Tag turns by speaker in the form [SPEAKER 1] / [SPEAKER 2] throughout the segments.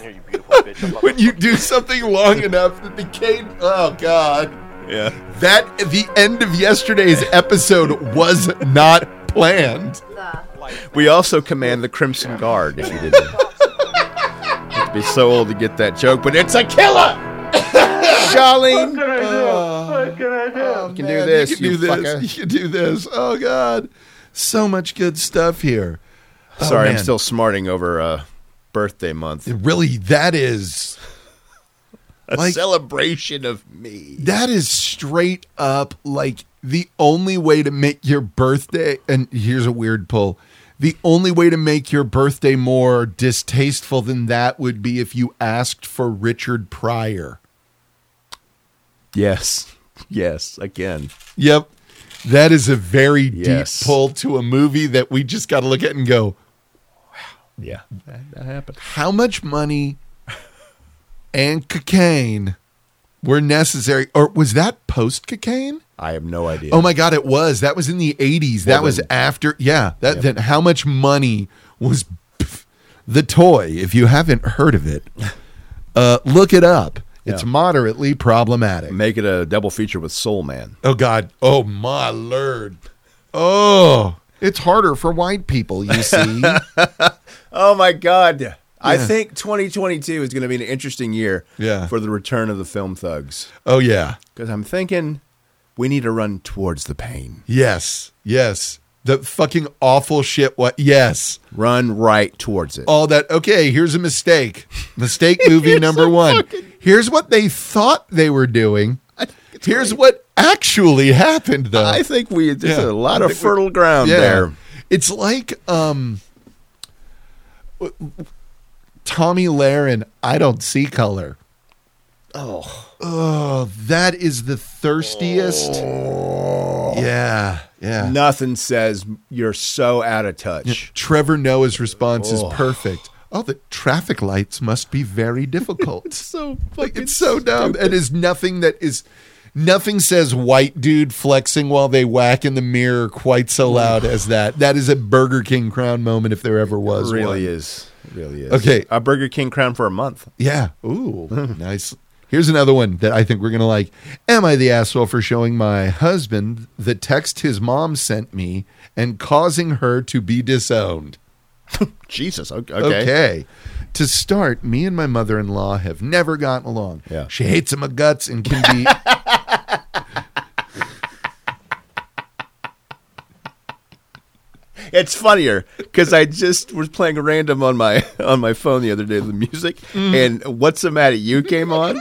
[SPEAKER 1] here, you beautiful bitch. I'm not-
[SPEAKER 2] when you do something long enough that the cane. Oh God.
[SPEAKER 3] Yeah.
[SPEAKER 2] That the end of yesterday's episode was not planned.
[SPEAKER 4] The
[SPEAKER 3] We also command the Crimson Guard. If you didn't, You'd be so old to get that joke, but it's a killer. Charlene,
[SPEAKER 2] You
[SPEAKER 3] can do this,
[SPEAKER 2] You can
[SPEAKER 3] you
[SPEAKER 2] do
[SPEAKER 3] fucker.
[SPEAKER 2] this. You can do this. Oh God. So much good stuff here. Oh,
[SPEAKER 3] sorry, I'm
[SPEAKER 2] man.
[SPEAKER 3] still smarting over uh, birthday month.
[SPEAKER 2] Really, that is
[SPEAKER 3] A
[SPEAKER 2] Like-
[SPEAKER 3] celebration of me.
[SPEAKER 2] that is straight up like the only way to make your birthday and here's a weird pull the only way to make your birthday more distasteful than that would be if you asked for richard pryor
[SPEAKER 3] Yes. Yes. Again.
[SPEAKER 2] yep that is a very
[SPEAKER 3] Yes.
[SPEAKER 2] deep pull to a movie that we just got to look at and go
[SPEAKER 3] Yeah. That, that happened.
[SPEAKER 2] how much money and cocaine were necessary or was that post cocaine
[SPEAKER 3] I have no idea.
[SPEAKER 2] Oh my God, it was. That was in the 80s. That
[SPEAKER 3] Well,
[SPEAKER 2] was
[SPEAKER 3] then-
[SPEAKER 2] after. Yeah. That
[SPEAKER 3] Yeah.
[SPEAKER 2] then how much money was pff, the toy? If you haven't heard of it, uh, look it up. It's
[SPEAKER 3] Yeah.
[SPEAKER 2] moderately problematic.
[SPEAKER 3] Make it a double feature with Soul Man.
[SPEAKER 2] Oh God. Oh my lord. Oh, it's harder for white people, you see.
[SPEAKER 3] Oh my God. I think 2022 is going to be an interesting year
[SPEAKER 2] Yeah.
[SPEAKER 3] for the return of the film thugs.
[SPEAKER 2] oh yeah.
[SPEAKER 3] Because I'm thinking we need to run towards the pain.
[SPEAKER 2] Yes. Yes. The fucking awful shit. What? Yes.
[SPEAKER 3] Run right towards it.
[SPEAKER 2] all that okay here's a mistake mistake movie number one here's what they thought they were doing here's what actually happened though
[SPEAKER 3] I think we there's
[SPEAKER 2] Yeah.
[SPEAKER 3] a lot of fertile ground there.
[SPEAKER 2] it's like um w- w- tommy Lahren, i don't see color
[SPEAKER 3] Oh.
[SPEAKER 2] oh that is the thirstiest
[SPEAKER 3] Oh.
[SPEAKER 2] yeah yeah
[SPEAKER 3] Nothing says you're so out of touch.
[SPEAKER 2] trevor noah's response
[SPEAKER 3] Oh.
[SPEAKER 2] is perfect oh the traffic lights must be very difficult
[SPEAKER 3] So
[SPEAKER 2] Like it's so dumb. It is nothing that is nothing says white dude flexing while they whack in the mirror quite so loud as that. That is a Burger King crown moment if there ever was.
[SPEAKER 3] really
[SPEAKER 2] one.
[SPEAKER 3] is. Really is.
[SPEAKER 2] Okay.
[SPEAKER 3] A Burger King crown for a month.
[SPEAKER 2] Yeah. Ooh, nice. Here's another one that I think we're gonna like. Am I the asshole for showing my husband the text his mom sent me and causing her to be disowned?
[SPEAKER 3] Jesus. o- Okay.
[SPEAKER 2] Okay. To start, me and my mother in law have never gotten along.
[SPEAKER 3] Yeah.
[SPEAKER 2] She hates my guts and can be.
[SPEAKER 3] It's funnier because I just was playing random on my on my phone the other day the music and "What's the Matter You" came on.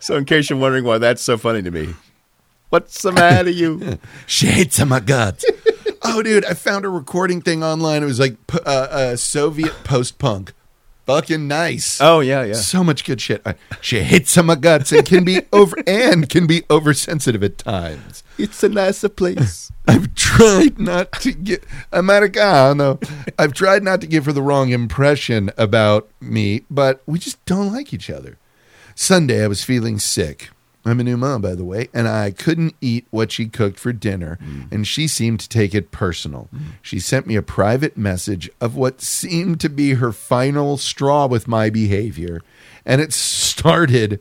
[SPEAKER 3] so in case you're wondering why that's so funny to me, "What's the Matter You"?
[SPEAKER 2] She hates my guts. oh, dude, I found a recording thing online. It was like p- uh, uh, Soviet post punk. Fucking nice.
[SPEAKER 3] oh yeah, yeah.
[SPEAKER 2] So much good shit. I, she hates my guts and can be over and can be oversensitive at times.
[SPEAKER 3] It's a nicer place.
[SPEAKER 2] I've tried not to get Americano. I've tried not to give her the wrong impression about me, but we just don't like each other. Sunday, I was feeling sick. I'm a new mom, by the way, and I couldn't eat what she cooked for dinner, and she seemed to take it personal. She sent me a private message of what seemed to be her final straw with my behavior, and it started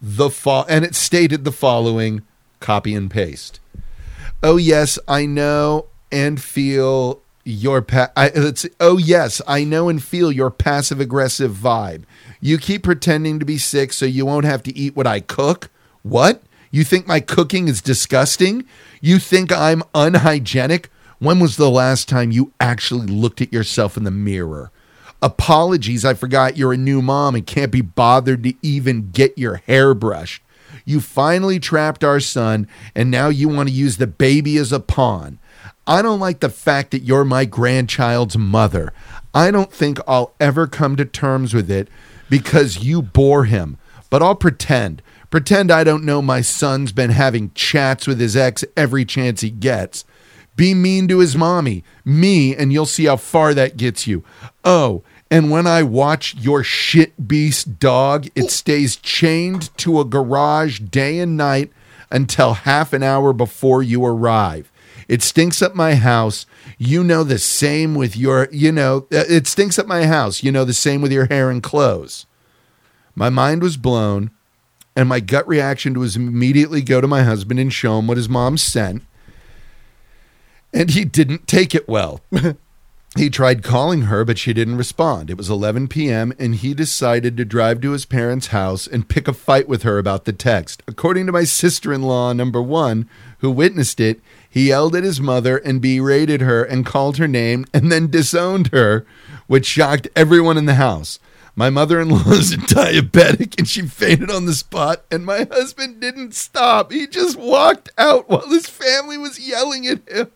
[SPEAKER 2] the fall, and it stated the following copy and paste. Oh yes, I know and feel your pa- I, let's see. oh yes, I know and feel your passive aggressive vibe. You keep pretending to be sick so you won't have to eat what I cook. What? You think my cooking is disgusting? You think I'm unhygienic? When was the last time you actually looked at yourself in the mirror? Apologies, I forgot you're a new mom and can't be bothered to even get your hair brushed. You finally trapped our son, and now you want to use the baby as a pawn. I don't like the fact that you're my grandchild's mother. I don't think I'll ever come to terms with it because you bore him, but I'll pretend. Pretend I don't know my son's been having chats with his ex every chance he gets. Be mean to his mommy, me, and you'll see how far that gets you. Oh, and when I watch your shit beast dog, it stays chained to a garage day and night until half an hour before you arrive. It stinks up my house. You know the same with your, you know, uh, it stinks up my house. You know the same with your hair and clothes. My mind was blown, and my gut reaction was immediately go to my husband and show him what his mom sent. And he didn't take it well. He tried calling her, but she didn't respond. It was 11 p.m., and he decided to drive to his parents' house and pick a fight with her about the text. According to my sister in law, number one, who witnessed it, he yelled at his mother and berated her and called her name and then disowned her, which shocked everyone in the house. My mother in law is a diabetic and she fainted on the spot, and my husband didn't stop. He just walked out while his family was yelling at him.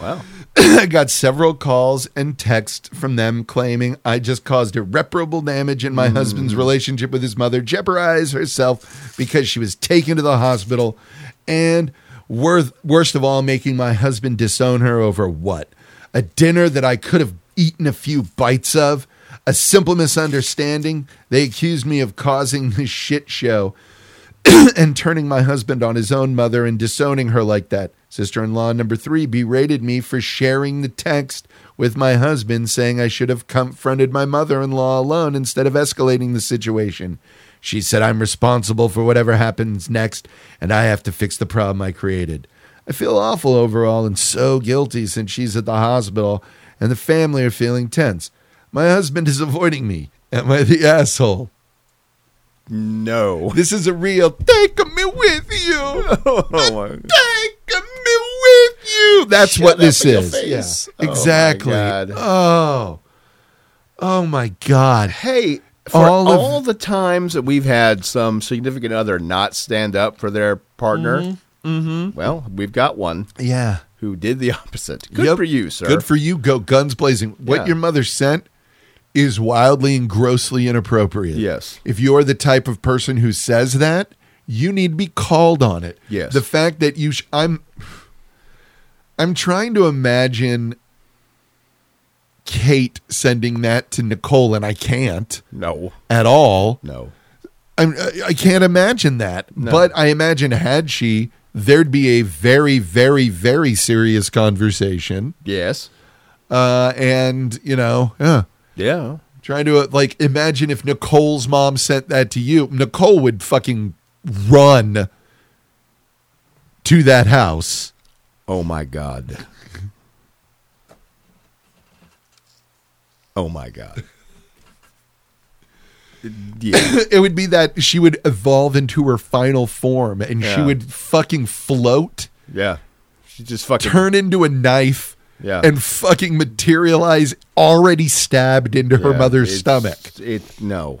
[SPEAKER 3] Wow.
[SPEAKER 2] I got several calls and texts from them claiming I just caused irreparable damage in my husband's relationship with his mother, jeopardized herself because she was taken to the hospital, and worth, worst of all, making my husband disown her over what? A dinner that I could have eaten a few bites of? A simple misunderstanding? They accused me of causing this shit show and turning my husband on his own mother and disowning her like that. Sister in law number three berated me for sharing the text with my husband, saying I should have confronted my mother in law alone instead of escalating the situation. She said, I'm responsible for whatever happens next, and I have to fix the problem I created. I feel awful overall and so guilty since she's at the hospital and the family are feeling tense. My husband is avoiding me. Am I the asshole?
[SPEAKER 3] No.
[SPEAKER 2] This is a real take me with you.
[SPEAKER 3] Oh, my-
[SPEAKER 2] Take me with you. That's
[SPEAKER 3] Shut
[SPEAKER 2] what
[SPEAKER 3] up
[SPEAKER 2] this
[SPEAKER 3] in your
[SPEAKER 2] is.
[SPEAKER 3] face.
[SPEAKER 2] Yeah.
[SPEAKER 3] Oh, my
[SPEAKER 2] exactly.
[SPEAKER 3] God.
[SPEAKER 2] Oh. Oh my God.
[SPEAKER 3] Hey, for
[SPEAKER 2] All
[SPEAKER 3] all,
[SPEAKER 2] of-
[SPEAKER 3] the times that we've had some significant other not stand up for their partner,
[SPEAKER 2] Mm-hmm.
[SPEAKER 3] well, we've got one
[SPEAKER 2] Yeah.
[SPEAKER 3] who did the opposite. Good
[SPEAKER 2] Yep.
[SPEAKER 3] for you, sir.
[SPEAKER 2] Good for you. Go guns blazing. What
[SPEAKER 3] Yeah.
[SPEAKER 2] your mother sent is wildly and grossly inappropriate.
[SPEAKER 3] Yes.
[SPEAKER 2] If you're the type of person who says that, you need to be called on it.
[SPEAKER 3] Yes.
[SPEAKER 2] The fact that you, sh- I'm, I'm trying to imagine Kate sending that to Nicole, and I can't
[SPEAKER 3] no,
[SPEAKER 2] at all.
[SPEAKER 3] no.
[SPEAKER 2] I'm, I I can't imagine that.
[SPEAKER 3] No.
[SPEAKER 2] But I imagine had she, there'd be a very, very, very serious conversation.
[SPEAKER 3] Yes.
[SPEAKER 2] Uh, and you know, yeah,
[SPEAKER 3] Yeah.
[SPEAKER 2] trying to uh, like imagine if Nicole's mom sent that to you, Nicole would fucking run to that house.
[SPEAKER 3] Oh, my God. Oh, my God. Yeah.
[SPEAKER 2] it would be that she would evolve into her final form, and she
[SPEAKER 3] Yeah.
[SPEAKER 2] would fucking float.
[SPEAKER 3] Yeah. She just fucking.
[SPEAKER 2] turn into a knife
[SPEAKER 3] Yeah.
[SPEAKER 2] and fucking materialize already stabbed into her
[SPEAKER 3] Yeah,
[SPEAKER 2] mother's
[SPEAKER 3] it's-
[SPEAKER 2] stomach
[SPEAKER 3] It no,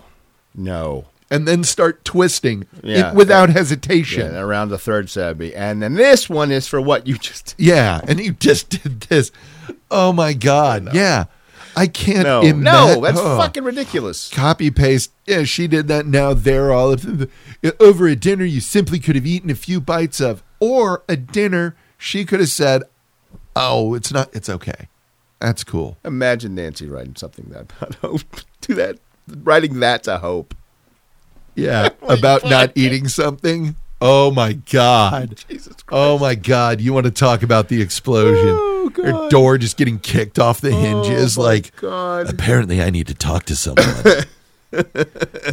[SPEAKER 3] no.
[SPEAKER 2] and then start twisting
[SPEAKER 3] Yeah,
[SPEAKER 2] it without
[SPEAKER 3] Yeah,
[SPEAKER 2] hesitation.
[SPEAKER 3] and
[SPEAKER 2] Yeah.
[SPEAKER 3] around the third Sabby. And then this one is for what you just
[SPEAKER 2] and you just did this. Oh my god. Yeah. I can't
[SPEAKER 3] No.
[SPEAKER 2] imma-
[SPEAKER 3] no, that's
[SPEAKER 2] oh.
[SPEAKER 3] fucking ridiculous.
[SPEAKER 2] copy paste. Yeah, she did that. Now they're all over a dinner you simply could have eaten a few bites of, or a dinner she could have said, "Oh, it's not. It's okay. That's cool."
[SPEAKER 3] Imagine Nancy writing something that about hope. Do that writing that to hope.
[SPEAKER 2] Yeah, about not eating something. Oh my god.
[SPEAKER 3] Jesus Christ.
[SPEAKER 2] Oh my god, you want to talk about the explosion.
[SPEAKER 3] Oh,
[SPEAKER 2] Her
[SPEAKER 3] God. Oh,
[SPEAKER 2] door just getting kicked off the hinges
[SPEAKER 3] my
[SPEAKER 2] like
[SPEAKER 3] God.
[SPEAKER 2] apparently I need to talk to someone.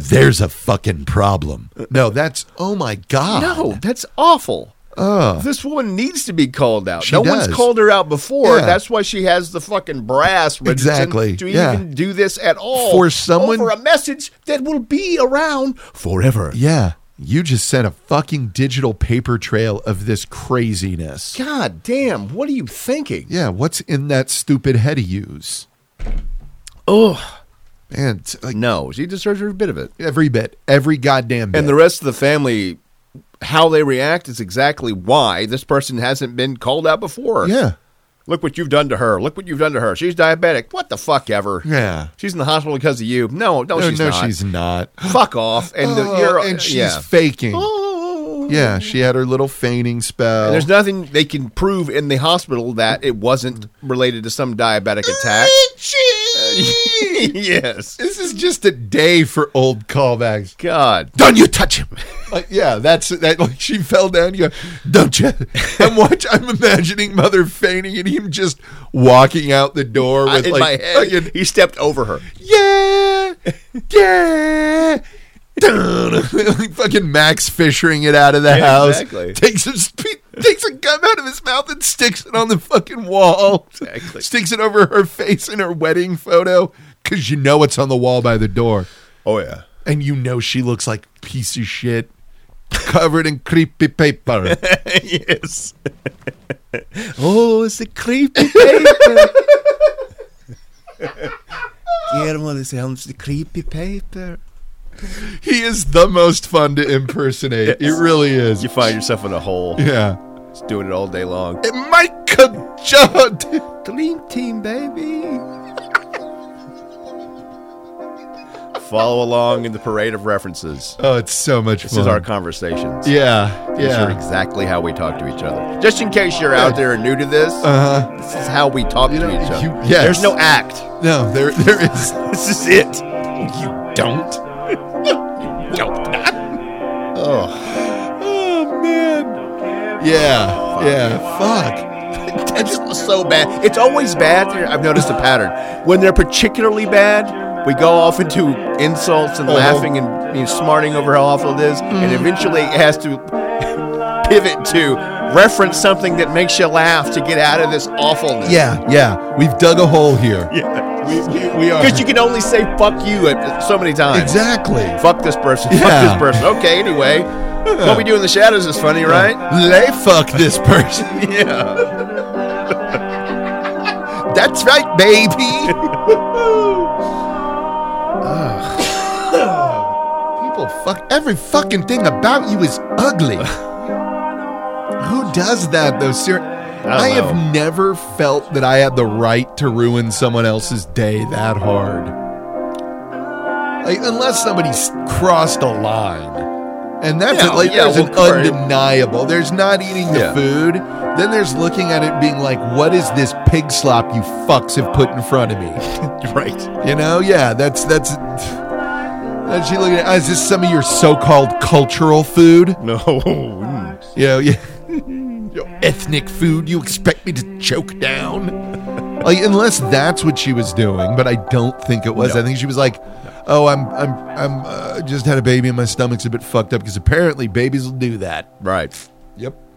[SPEAKER 2] There's a fucking problem. No, that's oh my god.
[SPEAKER 3] No, that's awful.
[SPEAKER 2] Oh.
[SPEAKER 3] This woman needs to be called out.
[SPEAKER 2] She
[SPEAKER 3] no
[SPEAKER 2] does.
[SPEAKER 3] one's called her out before.
[SPEAKER 2] Yeah.
[SPEAKER 3] That's why she has the fucking brass reticent
[SPEAKER 2] Exactly.
[SPEAKER 3] to
[SPEAKER 2] Yeah.
[SPEAKER 3] even do this at all
[SPEAKER 2] For someone-
[SPEAKER 3] over a message that will be around forever.
[SPEAKER 2] Yeah. You just sent a fucking digital paper trail of this craziness.
[SPEAKER 3] God damn, what are you thinking?
[SPEAKER 2] Yeah, what's in that stupid head of yours?
[SPEAKER 3] Oh
[SPEAKER 2] Man, it's like
[SPEAKER 3] no, she deserves a bit of it.
[SPEAKER 2] every bit, every goddamn bit.
[SPEAKER 3] And the rest of the family, how they react is exactly why this person hasn't been called out before.
[SPEAKER 2] Yeah.
[SPEAKER 3] Look what you've done to her. Look what you've done to her. She's diabetic. What the fuck ever.
[SPEAKER 2] Yeah.
[SPEAKER 3] She's in the hospital because of you. No, no,
[SPEAKER 2] No,
[SPEAKER 3] she's
[SPEAKER 2] no,
[SPEAKER 3] not.
[SPEAKER 2] she's not.
[SPEAKER 3] Fuck off. And the,
[SPEAKER 2] Oh,
[SPEAKER 3] you're
[SPEAKER 2] and she's
[SPEAKER 3] yeah.
[SPEAKER 2] faking.
[SPEAKER 3] Oh.
[SPEAKER 2] Yeah, she had her little feigning spell.
[SPEAKER 3] And there's nothing they can prove in the hospital that it wasn't related to some diabetic attack. Uh, yes.
[SPEAKER 2] This is just a day for old callbacks.
[SPEAKER 3] God.
[SPEAKER 2] Don't you touch him? Like, yeah, that's that. Like she fell down. You go, don't you? I'm watch. I'm imagining mother fainting and him just walking out the door with
[SPEAKER 3] in
[SPEAKER 2] like,
[SPEAKER 3] my head,
[SPEAKER 2] fucking,
[SPEAKER 3] he stepped over her.
[SPEAKER 2] yeah, yeah. dun." like fucking Max fishering it out of the
[SPEAKER 3] Yeah,
[SPEAKER 2] house.
[SPEAKER 3] exactly.
[SPEAKER 2] Takes a sp- takes a gun out of his mouth and sticks it on the fucking wall.
[SPEAKER 3] Exactly.
[SPEAKER 2] Sticks it over her face in her wedding photo because you know it's on the wall by the door
[SPEAKER 3] Oh yeah.
[SPEAKER 2] and you know she looks like a piece of shit covered in creepy paper.
[SPEAKER 3] yes. oh, it's a creepy paper. Guillermo de Helms, the creepy paper.
[SPEAKER 2] he is the most fun to impersonate.
[SPEAKER 3] Yes.
[SPEAKER 2] It really is.
[SPEAKER 3] You find yourself in a hole.
[SPEAKER 2] Yeah.
[SPEAKER 3] Just doing it all day long.
[SPEAKER 2] And Micah Judd.
[SPEAKER 3] Dream team, baby. Follow along in the parade of references.
[SPEAKER 2] Oh, it's so much
[SPEAKER 3] This
[SPEAKER 2] fun.
[SPEAKER 3] is our conversations.
[SPEAKER 2] yeah.
[SPEAKER 3] These are
[SPEAKER 2] Yeah.
[SPEAKER 3] exactly how we talk to each other. Just in case you're out there and new to this,
[SPEAKER 2] Uh
[SPEAKER 3] this is how we talk
[SPEAKER 2] You
[SPEAKER 3] to
[SPEAKER 2] know,
[SPEAKER 3] each other.
[SPEAKER 2] you- yes.
[SPEAKER 3] There's no act.
[SPEAKER 2] huh. No, there there is.
[SPEAKER 3] This is it. You don't. Oh,
[SPEAKER 2] Oh man. Yeah. Yeah. Fuck.
[SPEAKER 3] it's just so bad. It's always bad. I've noticed a pattern. When they're particularly bad, we go off into insults and
[SPEAKER 2] Uh-huh. Mm.
[SPEAKER 3] laughing and you know, smarting over how awful it is, and eventually it has to pivot to reference something that makes you laugh to get out of this awfulness.
[SPEAKER 2] Yeah. Yeah. We've dug a hole here.
[SPEAKER 3] Yeah.
[SPEAKER 2] We, we, we are.
[SPEAKER 3] Because you can only say fuck you at so many times.
[SPEAKER 2] exactly.
[SPEAKER 3] Fuck this person.
[SPEAKER 2] Yeah.
[SPEAKER 3] Fuck this person. Okay, anyway. What we do in the shadows is funny, right?
[SPEAKER 2] Lay fuck this person.
[SPEAKER 3] Yeah.
[SPEAKER 2] That's right, baby. People fuck every fucking thing about you is ugly. Who does that though, sir? I,
[SPEAKER 3] know.
[SPEAKER 2] have never felt that I had the right to ruin someone else's day that hard. Like unless somebody's crossed a line. And that's
[SPEAKER 3] Uh, Yeah,
[SPEAKER 2] it. Like
[SPEAKER 3] yeah,
[SPEAKER 2] there's
[SPEAKER 3] well,
[SPEAKER 2] an
[SPEAKER 3] right.
[SPEAKER 2] undeniable. There's not eating the
[SPEAKER 3] Yeah.
[SPEAKER 2] food. Then there's looking at it being like, what is this pig slop you fucks have put in front of me?
[SPEAKER 3] right.
[SPEAKER 2] You know, yeah, that's that's. And she looking at, is this some of your so-called cultural food?
[SPEAKER 3] No. Mm.
[SPEAKER 2] You know, yeah, your ethnic food. You expect me to choke down? Like, unless that's what she was doing, but I don't think it was.
[SPEAKER 3] No.
[SPEAKER 2] I think she was like, "Oh, I'm, I'm, I'm, uh, just had a baby and my stomach's a bit fucked up because apparently babies will do that."
[SPEAKER 3] Right.
[SPEAKER 2] Yep.